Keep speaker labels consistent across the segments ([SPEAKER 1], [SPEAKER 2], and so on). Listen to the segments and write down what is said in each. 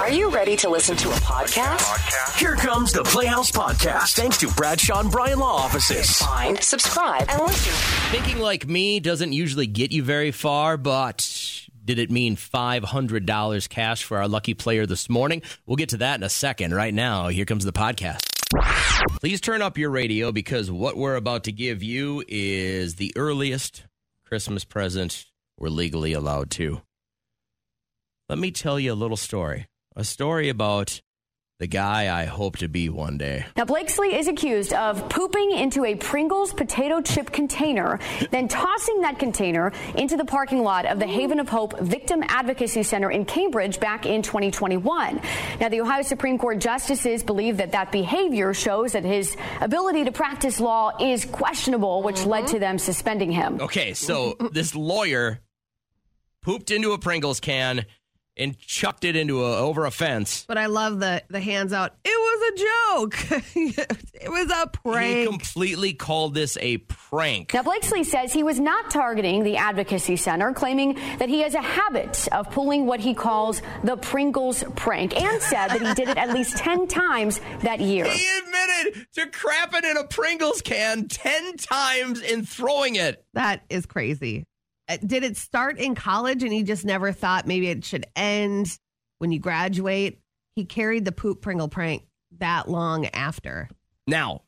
[SPEAKER 1] Are you ready to listen to a podcast?
[SPEAKER 2] Here comes the Playhouse Podcast, thanks to Bradshaw and Bryan Law Offices.
[SPEAKER 1] Find, subscribe, and listen.
[SPEAKER 3] Thinking like me doesn't usually get you very far, but did it mean $500 cash for our lucky player this morning? We'll get to that in a second. Right now, here comes the podcast. Please turn up your radio because what we're about to give you is the earliest Christmas present we're legally allowed to. Let me tell you a little story a story about the guy I hope to be one day.
[SPEAKER 4] Now, Blakesley is accused of pooping into a Pringles potato chip container, then tossing that container into the parking lot of the Haven of Hope Victim Advocacy Center in Cambridge back in 2021. Now, the Ohio Supreme Court justices believe that that behavior shows that his ability to practice law is questionable, which led to them suspending him.
[SPEAKER 3] Okay, so this lawyer pooped into a Pringles can and chucked it into a over a fence.
[SPEAKER 5] But I love the the hands out. It was a joke. it was a
[SPEAKER 3] He
[SPEAKER 5] prank.
[SPEAKER 3] completely called this a prank.
[SPEAKER 4] Now, Blakesley says he was not targeting the Advocacy Center, claiming that he has a habit of pulling what he calls the Pringles prank, and said that he did it at least 10 times that year.
[SPEAKER 3] He admitted to crapping in a Pringles can 10 times and throwing it.
[SPEAKER 5] that is crazy. Uh, Did it start in college and he just never thought maybe it should end when you graduate? He carried the poop Pringle prank that long after.
[SPEAKER 3] Now,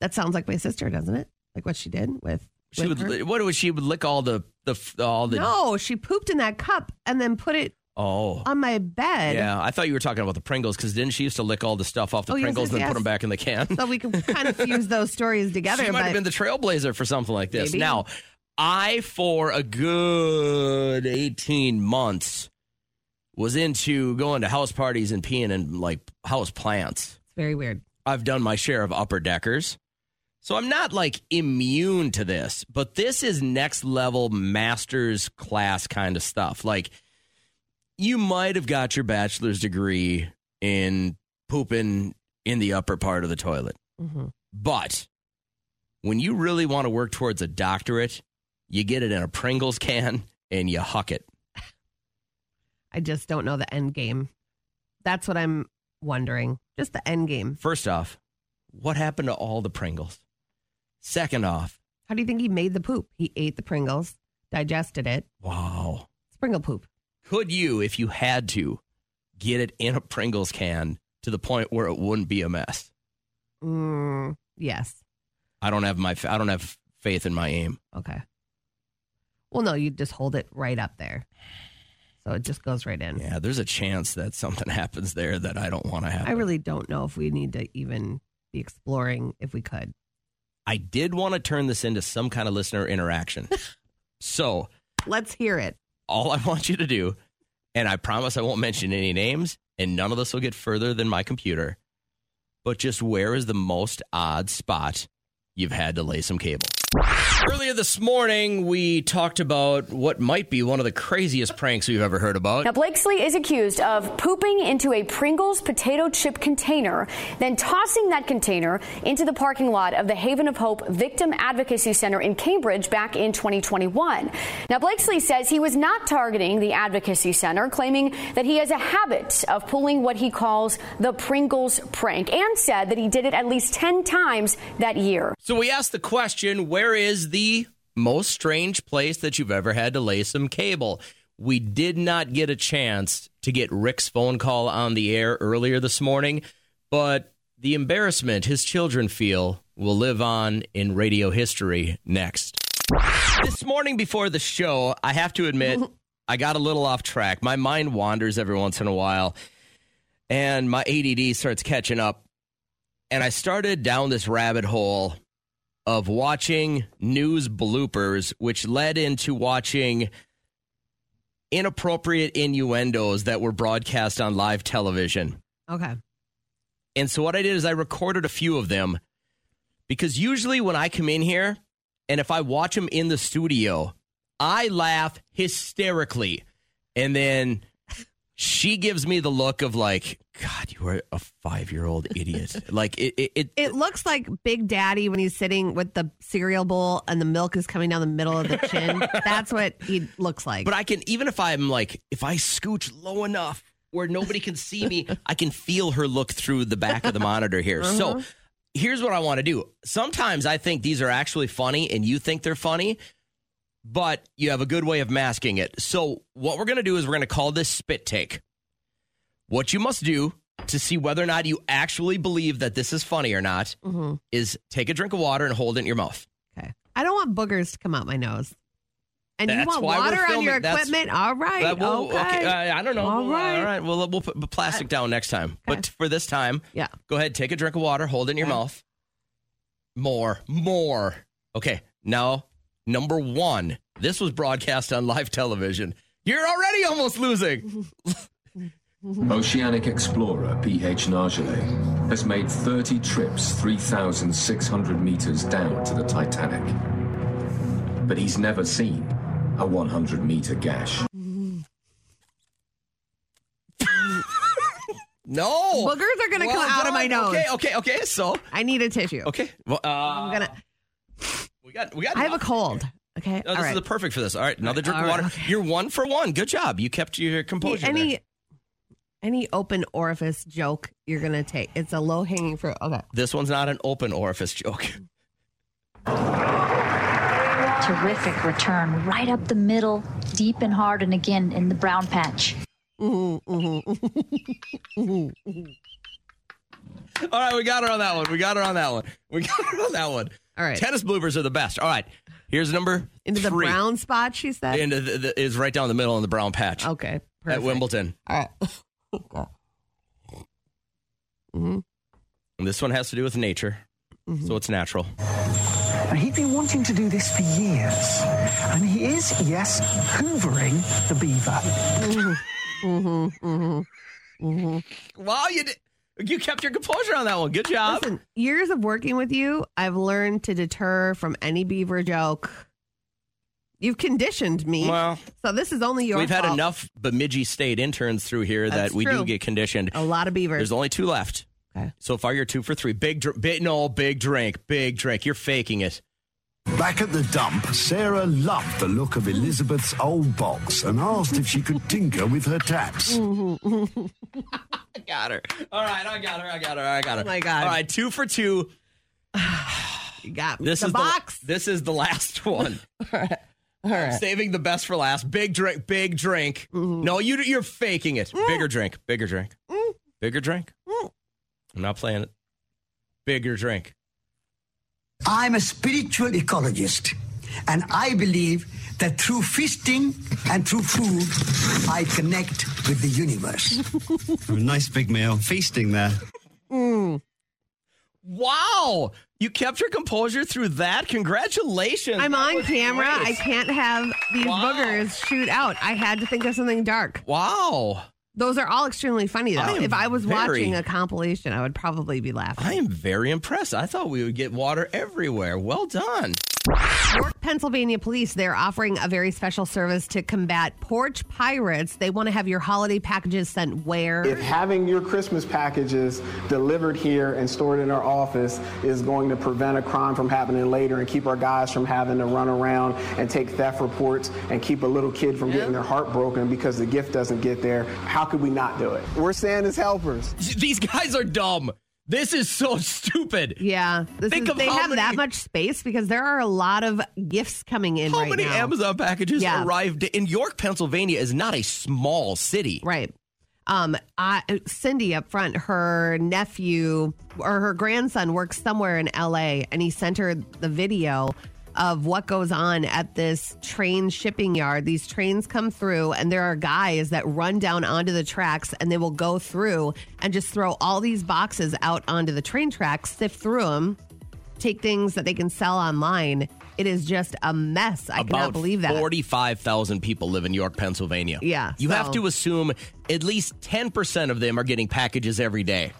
[SPEAKER 5] That sounds like my sister, doesn't it? Like what she did with.
[SPEAKER 3] she
[SPEAKER 5] with
[SPEAKER 3] would
[SPEAKER 5] her.
[SPEAKER 3] li- what was she would lick all the the f- all the
[SPEAKER 5] no, she pooped in that cup and then put it
[SPEAKER 3] Oh.
[SPEAKER 5] on my bed.
[SPEAKER 3] Yeah, I thought you were talking about the Pringles cuz didn't she used to lick all the stuff off the
[SPEAKER 5] Oh, yes,
[SPEAKER 3] Pringles
[SPEAKER 5] yes,
[SPEAKER 3] and then put
[SPEAKER 5] yes.
[SPEAKER 3] them back in the can?
[SPEAKER 5] So we can kind of fuse those stories together.
[SPEAKER 3] She might
[SPEAKER 5] but
[SPEAKER 3] have been the trailblazer for something like this.
[SPEAKER 5] Maybe.
[SPEAKER 3] Now, I for a good eighteen months was into going to house parties and peeing in like house plants.
[SPEAKER 5] it's very weird.
[SPEAKER 3] I've done my share of upper deckers. So I'm not like immune to this, but this is next level master's class kind of stuff. Like you might have got your bachelor's degree in pooping in the upper part of the toilet.
[SPEAKER 5] Mhm.
[SPEAKER 3] But when you really want to work towards a doctorate, you get it in a Pringles can and you huck it.
[SPEAKER 5] I just don't know the end game. That's what I'm wondering. Just the end game.
[SPEAKER 3] First off, what happened to all the Pringles? Second off,
[SPEAKER 5] How do you think he made the poop? He ate the Pringles, digested it.
[SPEAKER 3] wow.
[SPEAKER 5] It's Pringle poop.
[SPEAKER 3] Could you, if you had to, get it in a Pringles can to the point where it wouldn't be a mess?
[SPEAKER 5] Mm, yes.
[SPEAKER 3] I don't have my I don't have faith in my aim.
[SPEAKER 5] Okay. Well, no, you just hold it right up there. So it just goes right in.
[SPEAKER 3] Yeah, there's a chance that something happens there that I don't want to happen.
[SPEAKER 5] I really don't know if we need to even be exploring if we could.
[SPEAKER 3] I did want to turn this into some kind of listener interaction. so,
[SPEAKER 5] Let's hear it.
[SPEAKER 3] all I want you to do, and I promise I won't mention any names, and none of this will get further than my computer, but just where is the most odd spot you've had to lay some cable? Earlier this morning, we talked about what might be one of the craziest pranks we've ever heard about.
[SPEAKER 4] Now, Blakesley is accused of pooping into a Pringles potato chip container, then tossing that container into the parking lot of the Haven of Hope Victim Advocacy Center in Cambridge back in 2021. Now, Blakesley says he was not targeting the Advocacy Center, claiming that he has a habit of pulling what he calls the Pringles prank, and said that he did it at least 10 times that year.
[SPEAKER 3] So we asked the question where is the most strange place that you've ever had to lay some cable? We did not get a chance to get Rick's phone call on the air earlier this morning, but the embarrassment his children feel will live on in radio history next. This morning before the show, I have to admit, I got a little off track. My mind wanders every once in a while, and my ADD starts catching up and I started down this rabbit hole of watching news bloopers, which led into watching inappropriate innuendos that were broadcast on live television.
[SPEAKER 5] Okay.
[SPEAKER 3] And so what I did is I recorded a few of them because usually when I come in here and if I watch them in the studio, I laugh hysterically. And then she gives me the look of like, God, you are a five year old idiot. like it, it, it,
[SPEAKER 5] It looks like Big Daddy when he's sitting with the cereal bowl and the milk is coming down the middle of the chin. That's what he looks like.
[SPEAKER 3] But I can even if I'm like if I scooch low enough where nobody can see me. I can feel her look through the back of the monitor here. So here's what I want to do. Sometimes I think these are actually funny and you think they're funny, but you have a good way of masking it. So what we're going to do is we're going to call this spit take. What you must do to see whether or not you actually believe that this is funny or not is take a drink of water and hold it in your mouth.
[SPEAKER 5] Okay. I don't want boogers to come out my nose. And you
[SPEAKER 3] That's
[SPEAKER 5] want
[SPEAKER 3] why we're
[SPEAKER 5] water on your
[SPEAKER 3] filming. That's-
[SPEAKER 5] equipment? All right.
[SPEAKER 3] Uh, we'll-
[SPEAKER 5] okay.
[SPEAKER 3] uh, I don't know.
[SPEAKER 5] All
[SPEAKER 3] All
[SPEAKER 5] right.
[SPEAKER 3] All right. We'll, we'll put plastic down next time. But for this time,
[SPEAKER 5] Yeah.
[SPEAKER 3] go ahead, take a drink of water, hold it in your
[SPEAKER 5] Okay.
[SPEAKER 3] mouth. More, more. Okay. Now, number one, this was broadcast on live television. You're already almost losing.
[SPEAKER 6] Oceanic explorer P.H. Nargelet has made 30 trips 3,600 meters down to the Titanic. But he's never seen a 100 meter gash.
[SPEAKER 3] No.
[SPEAKER 5] Boogers are gonna come out of my
[SPEAKER 3] done.
[SPEAKER 5] nose.
[SPEAKER 3] Okay, okay, okay. So,
[SPEAKER 5] I need a tissue.
[SPEAKER 3] okay. Well, uh,
[SPEAKER 5] I'm gonna.
[SPEAKER 3] we got, we got,
[SPEAKER 5] I have a cold. Okay.
[SPEAKER 3] Uh, No,
[SPEAKER 5] All
[SPEAKER 3] this
[SPEAKER 5] right.
[SPEAKER 3] is the perfect for this. All right, another drink
[SPEAKER 5] All
[SPEAKER 3] of
[SPEAKER 5] right,
[SPEAKER 3] water. You're one for one. Good job. You kept your composure.
[SPEAKER 5] any
[SPEAKER 3] there.
[SPEAKER 5] any open orifice joke you're gonna take? It's a low hanging fruit. Okay.
[SPEAKER 3] This one's not an open orifice joke.
[SPEAKER 7] Terrific return, right up the middle, deep and hard, and again in the brown patch.
[SPEAKER 3] All right, we got her on that one. We got her on that one. We got her on that one.
[SPEAKER 5] All right.
[SPEAKER 3] Tennis bloopers are the best. All right. Here's number
[SPEAKER 5] Into the
[SPEAKER 3] three.
[SPEAKER 5] brown spot, she said.
[SPEAKER 3] Into the, the- is right down the middle in the brown patch
[SPEAKER 5] okay.
[SPEAKER 3] at
[SPEAKER 5] Perfect.
[SPEAKER 3] Wimbledon.
[SPEAKER 5] All right.
[SPEAKER 3] And this one has to do with nature, so it's natural.
[SPEAKER 8] And he'd been wanting to do this for years. And he is, yes, hoovering the beaver.
[SPEAKER 3] Wow, you did, you kept your composure on that one. Good job.
[SPEAKER 5] Listen, years of working with you, I've learned to deter from any beaver joke. You've conditioned me.
[SPEAKER 3] Well,
[SPEAKER 5] so this is only your
[SPEAKER 3] We've had
[SPEAKER 5] fault.
[SPEAKER 3] enough Bemidji State interns through here
[SPEAKER 5] That's
[SPEAKER 3] that we
[SPEAKER 5] true.
[SPEAKER 3] do get conditioned.
[SPEAKER 5] A lot of beavers.
[SPEAKER 3] There's only two left.
[SPEAKER 5] Okay.
[SPEAKER 3] So far, you're two for three. Big, dr- big, no, big drink, big drink. You're faking it.
[SPEAKER 9] Back at the dump, Sarah loved the look of Elizabeth's old box and asked if she could tinker with her taps.
[SPEAKER 3] I got her. All right, I got her. I got her. I got her. Oh
[SPEAKER 5] my God.
[SPEAKER 3] All right, two for two.
[SPEAKER 5] You got me.
[SPEAKER 3] This
[SPEAKER 5] the
[SPEAKER 3] is
[SPEAKER 5] box.
[SPEAKER 3] The, this is the last one. I'm saving the best for last. Big drink, big drink.
[SPEAKER 5] Mm-hmm.
[SPEAKER 3] No, you you're faking it.
[SPEAKER 5] Mm.
[SPEAKER 3] Bigger drink, bigger drink, bigger drink. I'm not playing it. Bigger drink.
[SPEAKER 8] I'm a spiritual ecologist, and I believe that through feasting and through food, I connect with the universe.
[SPEAKER 9] nice big meal, feasting there.
[SPEAKER 3] Wow, you kept your composure through that. Congratulations.
[SPEAKER 5] I'm
[SPEAKER 3] That
[SPEAKER 5] on
[SPEAKER 3] was
[SPEAKER 5] camera.
[SPEAKER 3] great.
[SPEAKER 5] I can't have these
[SPEAKER 3] Wow.
[SPEAKER 5] boogers shoot out. I had to think of something dark.
[SPEAKER 3] Wow.
[SPEAKER 5] Those are all extremely funny, though.
[SPEAKER 3] I am
[SPEAKER 5] if I was
[SPEAKER 3] very-
[SPEAKER 5] watching a compilation, I would probably be laughing.
[SPEAKER 3] I am very impressed. I thought we would get water everywhere. Well done.
[SPEAKER 5] York, Pennsylvania police, they're offering a very special service to combat porch pirates. They want to have your holiday packages sent where?
[SPEAKER 10] If having your Christmas packages delivered here and stored in our office is going to prevent a crime from happening later and keep our guys from having to run around and take theft reports and keep a little kid from getting their heart broken because the gift doesn't get there, how could we not do it? We're Santa's helpers.
[SPEAKER 3] These guys are dumb. This is so stupid.
[SPEAKER 5] yeah. This
[SPEAKER 3] Think
[SPEAKER 5] is-
[SPEAKER 3] of
[SPEAKER 5] they
[SPEAKER 3] how
[SPEAKER 5] have
[SPEAKER 3] many-
[SPEAKER 5] that much space because there are a lot of gifts coming in
[SPEAKER 3] How
[SPEAKER 5] right
[SPEAKER 3] many
[SPEAKER 5] now.
[SPEAKER 3] Amazon packages
[SPEAKER 5] Yeah.
[SPEAKER 3] arrived in York, Pennsylvania? Is not a small city.
[SPEAKER 5] Right. Um, I, Cindy up front, her nephew or her grandson works somewhere in LA, and he sent her the video of what goes on at this train shipping yard. These trains come through, and there are guys that run down onto the tracks, and they will go through and just throw all these boxes out onto the train tracks, sift through them, take things that they can sell online. It is just a mess. I
[SPEAKER 3] About
[SPEAKER 5] cannot believe that.
[SPEAKER 3] forty-five thousand people live in York, Pennsylvania.
[SPEAKER 5] Yeah,
[SPEAKER 3] you
[SPEAKER 5] so-
[SPEAKER 3] have to assume at least ten percent of them are getting packages every day.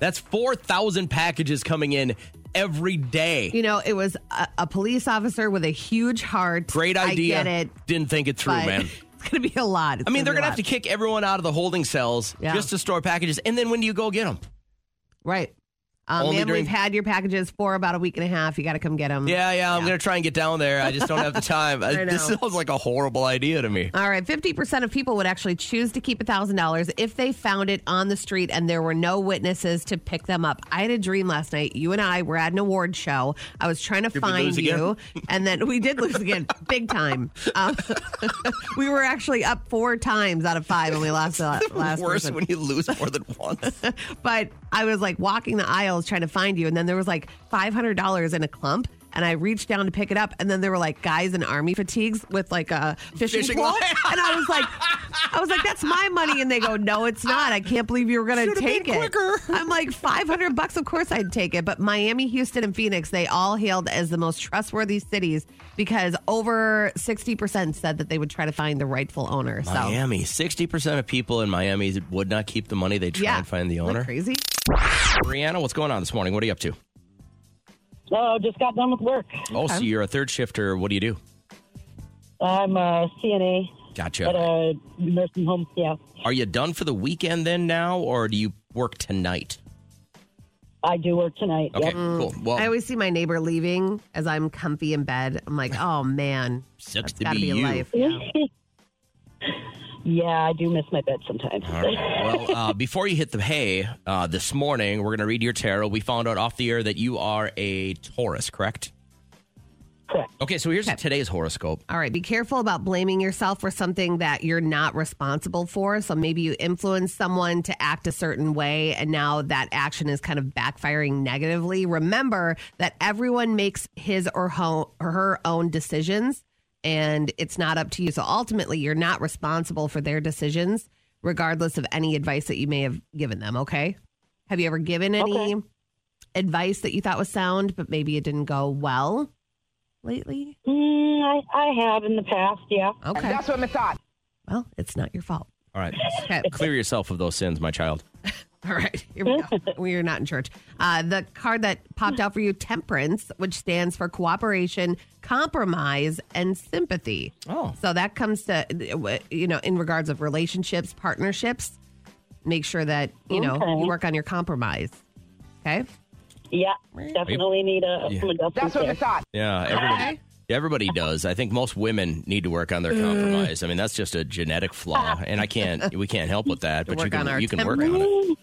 [SPEAKER 3] That's four thousand packages coming in every day.
[SPEAKER 5] You know, it was a, a police officer with a huge heart.
[SPEAKER 3] Great idea.
[SPEAKER 5] I get it.
[SPEAKER 3] Didn't think it through,
[SPEAKER 5] but
[SPEAKER 3] man.
[SPEAKER 5] It's going to be a lot. It's
[SPEAKER 3] I mean, they're
[SPEAKER 5] be a
[SPEAKER 3] going to have to
[SPEAKER 5] lot.
[SPEAKER 3] kick everyone out of the holding cells
[SPEAKER 5] Yeah.
[SPEAKER 3] just to store packages. And then when do you go get them?
[SPEAKER 5] Right. Um,
[SPEAKER 3] Only
[SPEAKER 5] ma'am,
[SPEAKER 3] during-
[SPEAKER 5] we've had your packages for about a week and a half. You got to come get them.
[SPEAKER 3] Yeah, yeah, I'm gonna try and get down there. I just don't have the time.
[SPEAKER 5] I
[SPEAKER 3] this
[SPEAKER 5] know.
[SPEAKER 3] sounds like a horrible idea to me.
[SPEAKER 5] All right, 50% of people would actually choose to keep $1,000 if they found it on the street and there were no witnesses to pick them up. I had a dream last night. You and I were at an award show. I was trying to
[SPEAKER 3] Did we
[SPEAKER 5] find
[SPEAKER 3] lose
[SPEAKER 5] you,
[SPEAKER 3] again?
[SPEAKER 5] and then we did lose again, big time. Um, we were actually up four times out of five, and we lost the last
[SPEAKER 3] Worse
[SPEAKER 5] person.
[SPEAKER 3] when you lose more than once.
[SPEAKER 5] but I was like walking the aisles trying to find you, and then there was like five hundred dollars in a clump. And I reached down to pick it up, and then there were like guys in army fatigues with like a fishing,
[SPEAKER 3] Fishing
[SPEAKER 5] pole,
[SPEAKER 3] line.
[SPEAKER 5] and I was like, I was like, "That's my money," and they go, "No, it's not. I can't believe you were gonna
[SPEAKER 3] Should've
[SPEAKER 5] take
[SPEAKER 3] been
[SPEAKER 5] it."
[SPEAKER 3] quicker.
[SPEAKER 5] I'm like, 500 bucks. Of course, I'd take it. But Miami, Houston, and Phoenix, they all hailed as the most trustworthy cities because over 60 percent said that they would try to find the rightful owner. So
[SPEAKER 3] Miami. Sixty percent of people in Miami would not keep the money. They try
[SPEAKER 5] yeah,
[SPEAKER 3] and find the
[SPEAKER 5] Isn't that
[SPEAKER 3] owner.
[SPEAKER 5] Crazy.
[SPEAKER 3] Brianna, what's going on this morning? What are you up to?
[SPEAKER 11] Oh, just got done with work.
[SPEAKER 3] Oh, so you're a third shifter. What do you do?
[SPEAKER 11] I'm a CNA
[SPEAKER 3] Gotcha.
[SPEAKER 11] at a nursing home. Yeah,
[SPEAKER 3] Are you done for the weekend then now, or do you work tonight?
[SPEAKER 11] I do work tonight.
[SPEAKER 3] Okay,
[SPEAKER 11] Yep.
[SPEAKER 3] cool. Well,
[SPEAKER 5] I always see my neighbor leaving as I'm comfy in bed. I'm like, oh man,
[SPEAKER 3] Sucks
[SPEAKER 5] that's
[SPEAKER 3] to
[SPEAKER 5] gotta
[SPEAKER 3] be
[SPEAKER 5] be,
[SPEAKER 3] you.
[SPEAKER 5] life. Yeah.
[SPEAKER 11] yeah, I do miss my bed sometimes.
[SPEAKER 3] All right. Well, uh, before you hit the hay uh, this morning, we're going to read your tarot. We found out off the air that you are a Taurus, correct?
[SPEAKER 11] Correct.
[SPEAKER 3] Okay, so here's today's horoscope.
[SPEAKER 5] All right, be careful about blaming yourself for something that you're not responsible for. So maybe you influenced someone to act a certain way, and now that action is kind of backfiring negatively. Remember that everyone makes his or, ho- or her own decisions, and it's not up to you. So ultimately, you're not responsible for their decisions, regardless of any advice that you may have given them. Okay? Have you ever given any advice that you thought was sound, but maybe it didn't go well lately?
[SPEAKER 11] Mm, I, I have in the past. Yeah.
[SPEAKER 5] Okay. That's what I thought. Well, it's not your fault.
[SPEAKER 3] All right.
[SPEAKER 5] Okay.
[SPEAKER 3] Clear yourself of those sins, my child.
[SPEAKER 5] All right. Here we go. we are not in church. Uh, the card that popped out for you, Temperance, which stands for cooperation, compromise, and sympathy.
[SPEAKER 3] Oh.
[SPEAKER 5] So that comes to, you know, in regards of relationships, partnerships, make sure that, you know,
[SPEAKER 11] Okay.
[SPEAKER 5] you work on your compromise. Okay.
[SPEAKER 11] Yeah. Definitely need a some adjustments there.
[SPEAKER 3] Yeah, everybody. Everybody does. I think most women need to work on
[SPEAKER 5] Mm.
[SPEAKER 3] their compromise. I mean, that's just a genetic flaw, and I can't. We can't help with that. But you
[SPEAKER 5] work on
[SPEAKER 3] can.
[SPEAKER 5] our
[SPEAKER 3] You can work on it.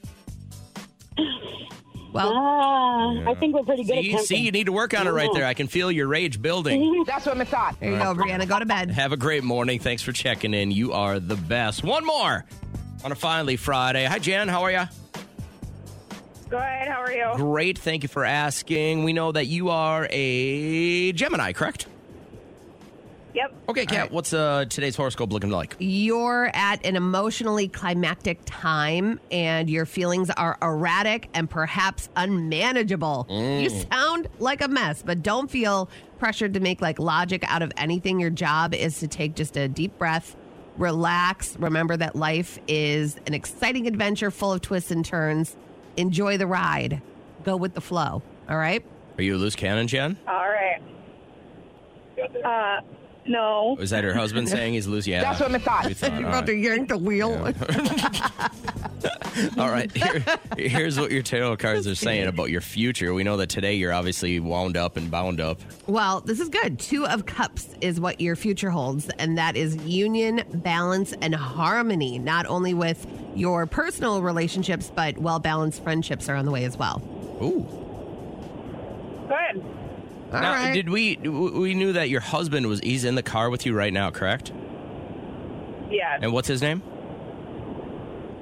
[SPEAKER 5] Well,
[SPEAKER 11] Ah, I think we're pretty good
[SPEAKER 3] See,
[SPEAKER 11] at
[SPEAKER 3] see, you
[SPEAKER 11] temping.
[SPEAKER 3] need to work on it right there. I can feel your rage building.
[SPEAKER 5] Mm-hmm. there you go, Brianna. Go to bed.
[SPEAKER 3] Have a great morning. Thanks for checking in. You are the best. One more on a finally Friday. Hi, Jan. How are you?
[SPEAKER 12] Good. How are you?
[SPEAKER 3] Great. Thank you for asking. We know that you are a Gemini, correct?
[SPEAKER 12] Yep.
[SPEAKER 3] Okay, Kat, what's uh, today's horoscope looking like?
[SPEAKER 5] You're at an emotionally climactic time and your feelings are erratic and perhaps unmanageable.
[SPEAKER 3] Mm.
[SPEAKER 5] You sound like a mess, but don't feel pressured to make like logic out of anything. Your job is to take just a deep breath, relax, remember that life is an exciting adventure full of twists and turns. Enjoy the ride. Go with the flow. All right?
[SPEAKER 3] Are you a loose cannon, Jan?
[SPEAKER 12] All right. Uh, no.
[SPEAKER 3] Is that her husband saying he's loose? Yeah. That's what I thought. All right.
[SPEAKER 5] yank the wheel.
[SPEAKER 3] All right. Here, here's what your tarot cards are saying about your future. We know that today you're obviously wound up and bound up.
[SPEAKER 5] Well, this is good. Two of Cups is what your future holds, and that is union, balance, and harmony, not only with your personal relationships, but well balanced friendships are on the way as well.
[SPEAKER 3] Ooh.
[SPEAKER 12] Good.
[SPEAKER 5] All right.
[SPEAKER 3] now, did we we knew that your husband was he's in the car with you right now, correct?
[SPEAKER 12] Yeah.
[SPEAKER 3] And what's his name?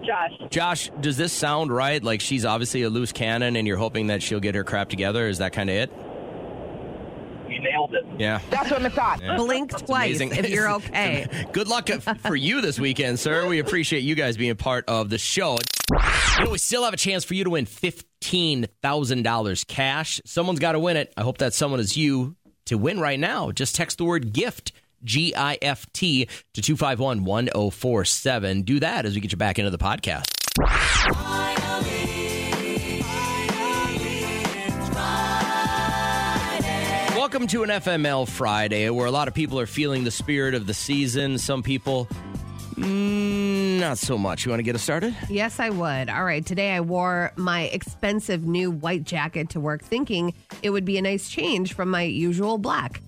[SPEAKER 12] Josh.
[SPEAKER 3] Josh, does this sound right? Like she's obviously a loose cannon and you're hoping that she'll get her crap together. Is that kind of it?
[SPEAKER 12] You nailed it.
[SPEAKER 3] Yeah.
[SPEAKER 5] Blink twice
[SPEAKER 3] amazing.
[SPEAKER 5] if you're okay.
[SPEAKER 3] Good luck for you this weekend, sir. We appreciate you guys being part of the show. You know, we still have a chance for you to win $15,000 cash. Someone's got to win it. I hope that someone is you to win right now. Just text the word gift, G I F T, to 251 1047. Do that as we get you back into the podcast. Welcome to an FML Friday where a lot of people are feeling the spirit of the season. Some people mm, Not so much. You want to get us started?
[SPEAKER 5] Yes, I would. All right. Today I wore my expensive new white jacket to work thinking it would be a nice change from my usual black.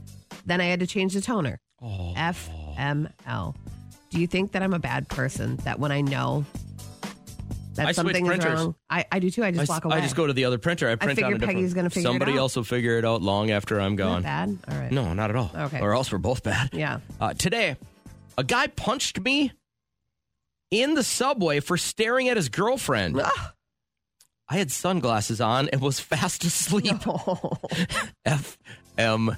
[SPEAKER 5] Then I had to change the toner. FML. Do you think that I'm a bad person that when I know
[SPEAKER 3] I
[SPEAKER 5] that
[SPEAKER 3] switch
[SPEAKER 5] something is
[SPEAKER 3] printers.
[SPEAKER 5] wrong, I, I do too. I just
[SPEAKER 3] I,
[SPEAKER 5] walk
[SPEAKER 3] s-
[SPEAKER 5] away.
[SPEAKER 3] I just go to the other printer. I print out
[SPEAKER 5] figure
[SPEAKER 3] a different.
[SPEAKER 5] Peggy's gonna figure it
[SPEAKER 3] Somebody
[SPEAKER 5] out.
[SPEAKER 3] else will figure it out long after I'm
[SPEAKER 5] Not
[SPEAKER 3] gone.
[SPEAKER 5] bad. All right.
[SPEAKER 3] No, not at all.
[SPEAKER 5] Okay.
[SPEAKER 3] Or else we're both bad.
[SPEAKER 5] Yeah.
[SPEAKER 3] Uh, today, a guy punched me in the subway for staring at his girlfriend. I had sunglasses on and was fast asleep. F M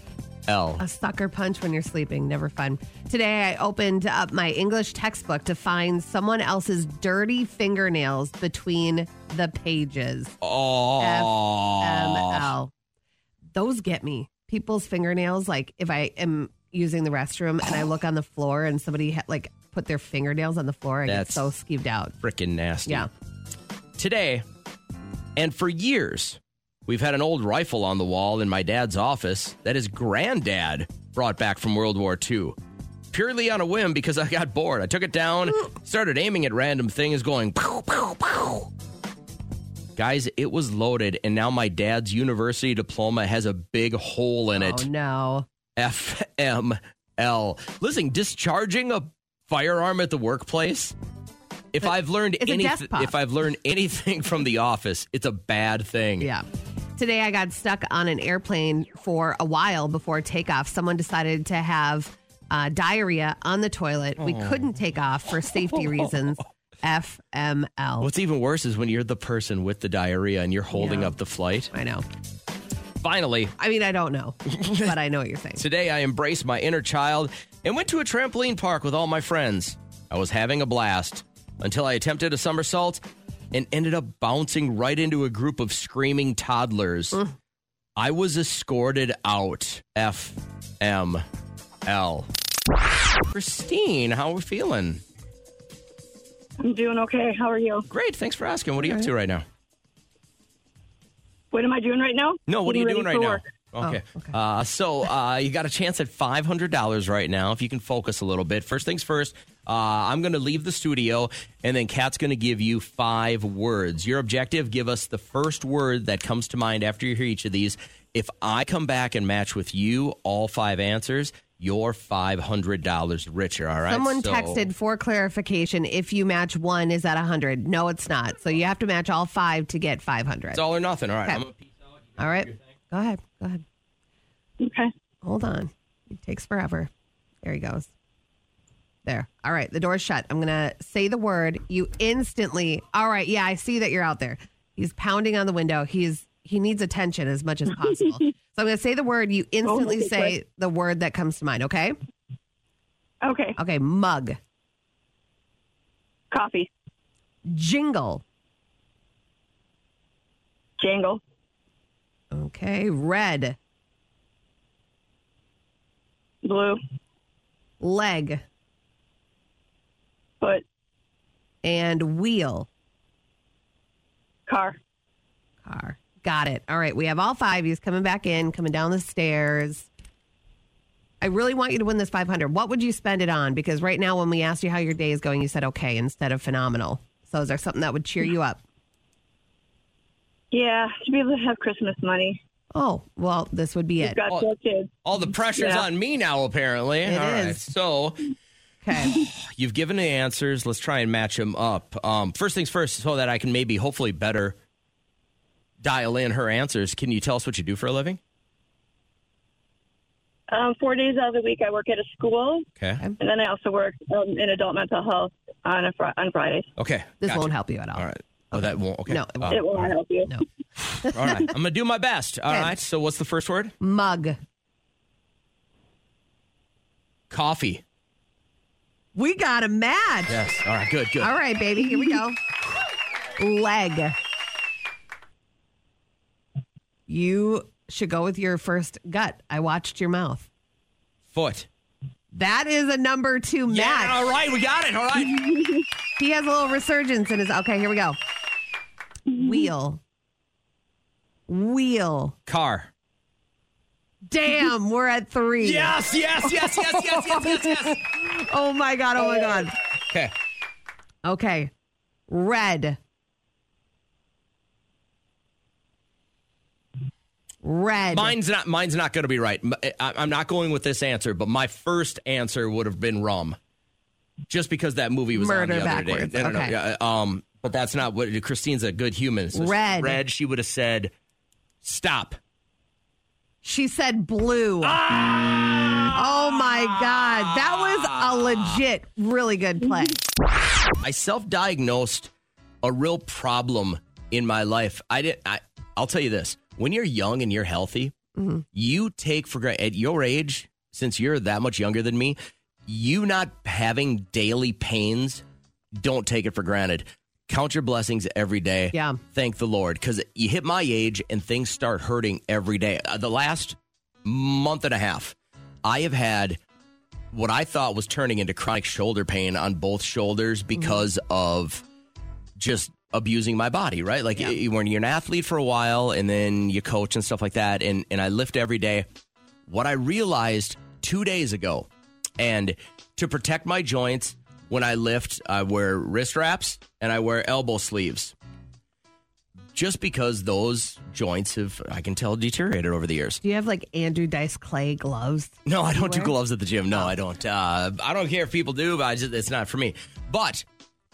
[SPEAKER 3] L.
[SPEAKER 5] A sucker punch when you're sleeping, never fun. Today, I opened up my English textbook to find someone else's dirty fingernails between the pages.
[SPEAKER 3] Oh.
[SPEAKER 5] FML. Those get me. People's fingernails, like if I am using the restroom and I look on the floor and somebody ha- like put their fingernails on the floor, I
[SPEAKER 3] That's
[SPEAKER 5] get so skeeved out.
[SPEAKER 3] Freaking nasty.
[SPEAKER 5] Yeah.
[SPEAKER 3] Today, and for years, we've had an old rifle on the wall in my dad's office that his granddad brought back from World War II. Purely on a whim because I got bored. I took it down, started aiming at random things, going pow, pow, pow. Guys, it was loaded, and now my dad's university diploma has a big hole in it.
[SPEAKER 5] Oh no.
[SPEAKER 3] FML. Listen, discharging a firearm at the workplace. If I've learned
[SPEAKER 5] it's a death
[SPEAKER 3] anything,
[SPEAKER 5] pop.
[SPEAKER 3] if I've learned anything from The Office, it's a bad thing.
[SPEAKER 5] Yeah. Today I got stuck on an airplane for a while before takeoff. Someone decided to have uh, diarrhea on the toilet. We
[SPEAKER 3] Oh.
[SPEAKER 5] couldn't take off for safety reasons. FML.
[SPEAKER 3] What's even worse is when you're the person with the diarrhea and you're holding
[SPEAKER 5] Yeah.
[SPEAKER 3] up the flight.
[SPEAKER 5] I know.
[SPEAKER 3] Finally,
[SPEAKER 5] I mean, I don't know, but I know what you're saying.
[SPEAKER 3] Today, I embraced my inner child and went to a trampoline park with all my friends. I was having a blast until I attempted a somersault and ended up bouncing right into a group of screaming toddlers. I was escorted out. F M L. Christine, how are we feeling?
[SPEAKER 11] I'm doing okay. How are you?
[SPEAKER 3] Great. Thanks for asking. What are you up to right now?
[SPEAKER 11] What am I doing right now?
[SPEAKER 3] No, what are you
[SPEAKER 11] Getting
[SPEAKER 3] doing
[SPEAKER 11] ready
[SPEAKER 3] right
[SPEAKER 11] for
[SPEAKER 3] now?
[SPEAKER 11] work.
[SPEAKER 3] Okay. Uh, so uh, you got a chance at five hundred dollars right now if you can focus a little bit. First things first. Uh, I'm going to leave the studio, and then Kat's going to give you five words. Your objective: give us the first word that comes to mind after you hear each of these. If I come back and match with you all five answers, you're five hundred dollars richer. All right.
[SPEAKER 5] Someone
[SPEAKER 3] So-
[SPEAKER 5] texted for clarification if you match one, is that 100? No, it's not. So you have to match all five to get 500.
[SPEAKER 3] It's all or nothing. All right.
[SPEAKER 5] Okay.
[SPEAKER 3] I'm gonna-
[SPEAKER 5] all right. Go ahead. Go ahead.
[SPEAKER 11] Okay.
[SPEAKER 5] Hold on. It takes forever. There he goes. There. All right. The door's shut. I'm going to say the word. You instantly. All right. Yeah, I see that you're out there. He's pounding on the window. He's he needs attention as much as possible. so I'm going to say the word. You instantly
[SPEAKER 11] Oh goodness.
[SPEAKER 5] say the word that comes to mind. Okay.
[SPEAKER 11] Okay.
[SPEAKER 5] Okay. Mug.
[SPEAKER 11] Coffee.
[SPEAKER 5] Jingle.
[SPEAKER 11] Jangle.
[SPEAKER 5] Okay. Red.
[SPEAKER 11] Blue.
[SPEAKER 5] Leg.
[SPEAKER 11] Foot.
[SPEAKER 5] And wheel.
[SPEAKER 11] Car.
[SPEAKER 5] Car. Got it. All right. We have all five. He's coming back in, coming down the stairs. I really want you to win this 500. What would you spend it on? Because right now, when we asked you how your day is going, you said okay instead of phenomenal. So, is there something that would cheer you up?
[SPEAKER 11] Yeah, to be able to have Christmas money.
[SPEAKER 5] Oh, well, this would be
[SPEAKER 11] We've
[SPEAKER 5] it.
[SPEAKER 11] got four kids.
[SPEAKER 3] All the pressure's
[SPEAKER 11] Yeah.
[SPEAKER 3] on me now, apparently.
[SPEAKER 5] It
[SPEAKER 3] All right.
[SPEAKER 5] is.
[SPEAKER 3] So,
[SPEAKER 5] Okay.
[SPEAKER 3] you've given the answers. Let's try and match them up. Um, first things first, so that I can maybe hopefully better dial in her answers. Can you tell us what you do for a living?
[SPEAKER 11] Um, four days out of the week, I work at a school,
[SPEAKER 3] Okay.
[SPEAKER 11] and then I also work um, in adult mental health on a fr- on Fridays.
[SPEAKER 3] Okay.
[SPEAKER 5] This
[SPEAKER 3] gotcha.
[SPEAKER 5] won't help you at all.
[SPEAKER 3] All right. Oh, that won't. Okay.
[SPEAKER 5] No, it
[SPEAKER 3] Uh,
[SPEAKER 11] It will not help you.
[SPEAKER 5] No.
[SPEAKER 3] all right. I'm gonna do my best. All
[SPEAKER 5] Okay.
[SPEAKER 3] right. So, what's the first word?
[SPEAKER 5] Mug.
[SPEAKER 3] Coffee.
[SPEAKER 5] We got a match.
[SPEAKER 3] Yes. All right. Good. Good.
[SPEAKER 5] All right, baby. Here we go. Leg. You should go with your first gut. I watched your mouth.
[SPEAKER 3] Foot.
[SPEAKER 5] That is a number two match.
[SPEAKER 3] Yeah. All right. We got it. All right.
[SPEAKER 5] He has a little resurgence in his. Okay, here we go. Wheel. Wheel.
[SPEAKER 3] Car.
[SPEAKER 5] Damn, we're at three.
[SPEAKER 3] Yes. Yes. Yes. Yes. Yes. Yes. Yes. yes.
[SPEAKER 5] Oh my God. Oh my God.
[SPEAKER 3] Okay.
[SPEAKER 5] Okay. Red. Red.
[SPEAKER 3] Mine's not. Mine's not going to be right. M- eh, I- I'm not going with this answer, but my first answer would have been rum, just because that movie was
[SPEAKER 5] Murder
[SPEAKER 3] on the other
[SPEAKER 5] Backwards,
[SPEAKER 3] day. I don't
[SPEAKER 5] okay.
[SPEAKER 3] know. Yeah, uh, Um, but that's not what Christine's a good human. So she-
[SPEAKER 5] Red.
[SPEAKER 3] Red. She would have said, "Stop."
[SPEAKER 5] She said blue.
[SPEAKER 3] Ah!
[SPEAKER 5] Oh my God. That was a legit, really good play.
[SPEAKER 3] I self-diagnosed a real problem in my life. I didn't. I, I'll tell you this: when you're young and you're healthy, you take for granted at your age. Since you're that much younger than me, you not having daily pains, don't take it for granted. Count your blessings every day. Yeah. Thank the Lord because you hit my age and things start hurting every day. Uh, the last month and a half, I have had what I thought was turning into chronic shoulder pain on both shoulders because of just abusing my body, right? Like y- when you're an athlete for a while and then you coach and stuff like that and and I lift every day. What I realized 2 days ago and to protect my joints when I lift, I wear wrist wraps and I wear elbow sleeves. Just because those joints have I can tell deteriorated over the years.
[SPEAKER 5] Do you have like Andrew Dice Clay gloves?
[SPEAKER 3] No, I don't do
[SPEAKER 5] Anywhere?
[SPEAKER 3] gloves at the gym. No, I don't. Uh, I don't care if people do, but I just, it's not for me. But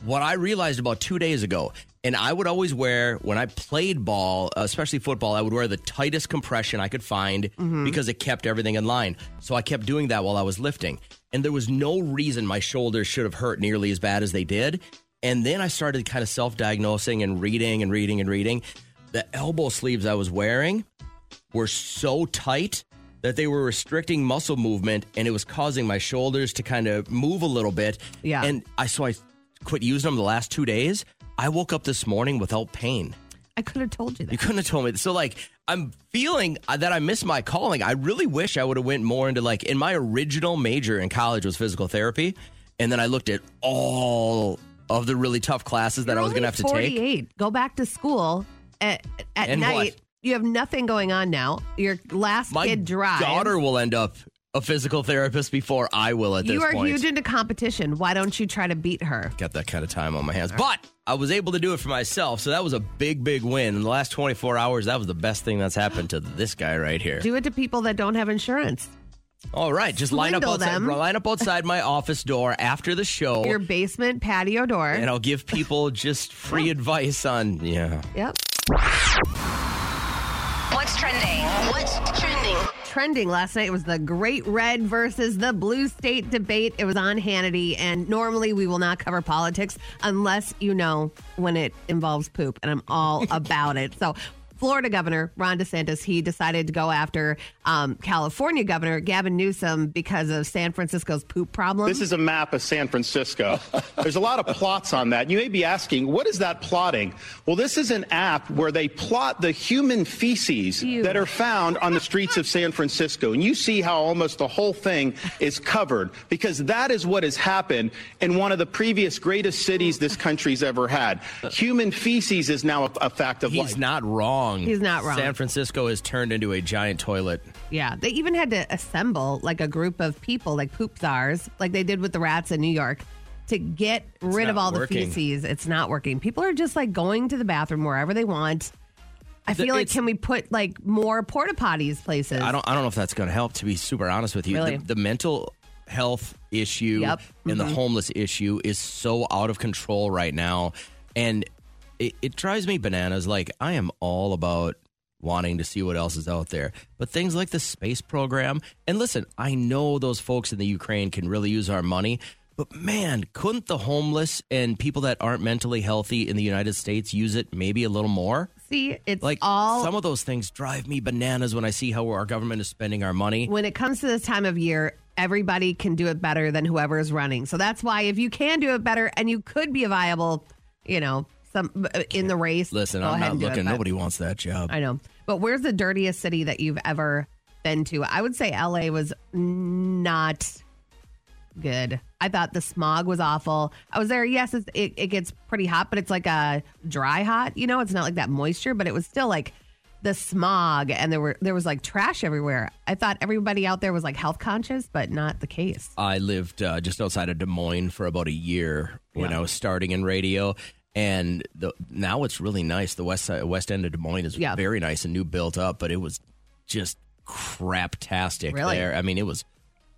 [SPEAKER 3] what I realized about two days ago, and I would always wear when I played ball, especially football, I would wear the tightest compression I could find
[SPEAKER 13] Mhm.
[SPEAKER 3] because it kept everything in line. So I kept doing that while I was lifting, and there was no reason my shoulders should have hurt nearly as bad as they did. And then I started kind of self-diagnosing and reading and reading and reading. The elbow sleeves I was wearing were so tight that they were restricting muscle movement and it was causing my shoulders to kind of move a little bit.
[SPEAKER 5] Yeah.
[SPEAKER 3] And I so I quit using them the last two days. I woke up this morning without pain.
[SPEAKER 5] I could have told you that.
[SPEAKER 3] You couldn't have told me. So like I'm feeling that I missed my calling. I really wish I would have went more into like in my original major in college was physical therapy, and then I looked at all of the really tough classes that I was going to have to take.
[SPEAKER 5] 48. Go back to school at, at
[SPEAKER 3] And
[SPEAKER 5] night.
[SPEAKER 3] what?
[SPEAKER 5] You have nothing going on now. Your last
[SPEAKER 3] My
[SPEAKER 5] kid drives.
[SPEAKER 3] daughter will end up a physical therapist before I will at
[SPEAKER 5] you
[SPEAKER 3] this
[SPEAKER 5] are
[SPEAKER 3] point.
[SPEAKER 5] huge into competition. Why don't you try to beat her?
[SPEAKER 3] got that kind of time on my hands. But I was able to do it for myself, so that was a big, big win. In the last 24 hours, that was the best thing that's happened to this guy right here.
[SPEAKER 5] Do it to people that don't have insurance.
[SPEAKER 3] All right, just line up
[SPEAKER 5] Swindle
[SPEAKER 3] outside,
[SPEAKER 5] them.
[SPEAKER 3] line up outside my office door after the show,
[SPEAKER 5] Your basement patio door.
[SPEAKER 3] and I'll give people just free advice on yeah.
[SPEAKER 5] Yep.
[SPEAKER 1] What's trending? What's trending?
[SPEAKER 5] Trending last night was the Great Red versus the Blue State debate. It was on Hannity, and normally we will not cover politics unless you know when it involves poop, and I'm all about it. So, Florida Governor Ron DeSantis he decided to go after um, California Governor Gavin Newsom because of San Francisco's poop problem.
[SPEAKER 14] This is a map of San Francisco. There's a lot of plots on that. You may be asking, what is that plotting? Well, this is an app where they plot the human feces that are found on the streets of San Francisco. And you see how almost the whole thing is covered because that is what has happened in one of the previous greatest cities this country's ever had. Human feces is now a, a fact of life.
[SPEAKER 3] He's not wrong.
[SPEAKER 5] He's not wrong.
[SPEAKER 3] San Francisco has turned into a giant toilet.
[SPEAKER 5] Yeah, they even had to assemble like a group of people, like poop czars, like they did with the rats in New York, to get rid of
[SPEAKER 3] not
[SPEAKER 5] all
[SPEAKER 3] working.
[SPEAKER 5] the feces. It's not working. People are just like going to the bathroom wherever they want. I
[SPEAKER 3] The-
[SPEAKER 5] feel like
[SPEAKER 3] it's-
[SPEAKER 5] can we put like more porta potties places?
[SPEAKER 3] I don't. I don't know if that's going to help. To be super honest with you,
[SPEAKER 5] Really?
[SPEAKER 3] the, the mental health issue
[SPEAKER 5] Yep.
[SPEAKER 3] and the
[SPEAKER 5] Mhm.
[SPEAKER 3] homeless issue is so out of control right now, and it, it drives me bananas. Like I am all about wanting to see what else is out there, but things like the space program. And listen, I know those folks in the Ukraine can really use our money. But man, couldn't the homeless and people that aren't mentally healthy in the United States use it maybe a little more?
[SPEAKER 5] see it's
[SPEAKER 3] Like
[SPEAKER 5] all
[SPEAKER 3] some of those things drive me bananas when I see how our government is spending our money.
[SPEAKER 5] when it comes to this time of year, everybody can do it better than whoever is running. So that's why if you can do it better and you could be a viable, you know, some uh, in the race.
[SPEAKER 3] Listen,
[SPEAKER 5] go
[SPEAKER 3] I'm
[SPEAKER 5] ahead
[SPEAKER 3] not
[SPEAKER 5] and do it,
[SPEAKER 3] looking.
[SPEAKER 5] but-
[SPEAKER 3] Nobody wants that job.
[SPEAKER 5] I know. But where's the dirtiest city that you've ever been to? I would say LA was not good. I thought the smog was awful. I was there. Yes, it's, it, it gets pretty hot, but it's like a dry hot. You know, it's not like that moisture, but it was still like the smog and there were there was like trash everywhere. I thought everybody out there was like health conscious, but not the case.
[SPEAKER 3] I lived uh, just outside of Des Moines for about a year when I was starting in radio. And the, now it's really nice. The west side, west end of Des Moines is
[SPEAKER 5] Yeah.
[SPEAKER 3] very nice and new built up, but it was just craptastic
[SPEAKER 5] Really?
[SPEAKER 3] there. I mean, it was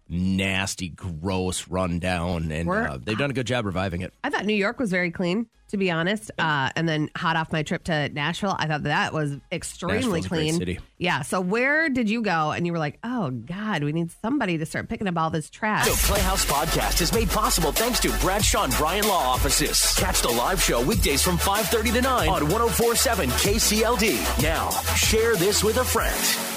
[SPEAKER 3] nasty, gross, rundown, and
[SPEAKER 5] We're-
[SPEAKER 3] uh, they've done a good job reviving it.
[SPEAKER 5] I thought New York was very clean, to be honest. Uh, and then hot off my trip to Nashville, I thought that was extremely
[SPEAKER 3] Nashville's a great
[SPEAKER 5] clean.
[SPEAKER 3] city.
[SPEAKER 5] Yeah. So where did you go? And you were like, oh God, we need somebody to start picking up all this trash.
[SPEAKER 2] The Playhouse Podcast is made possible thanks to Bradshaw and Bryan Law Offices. Catch the live show weekdays from 5.30 to 9 on 104.7 KCLD. Now, share this with a friend.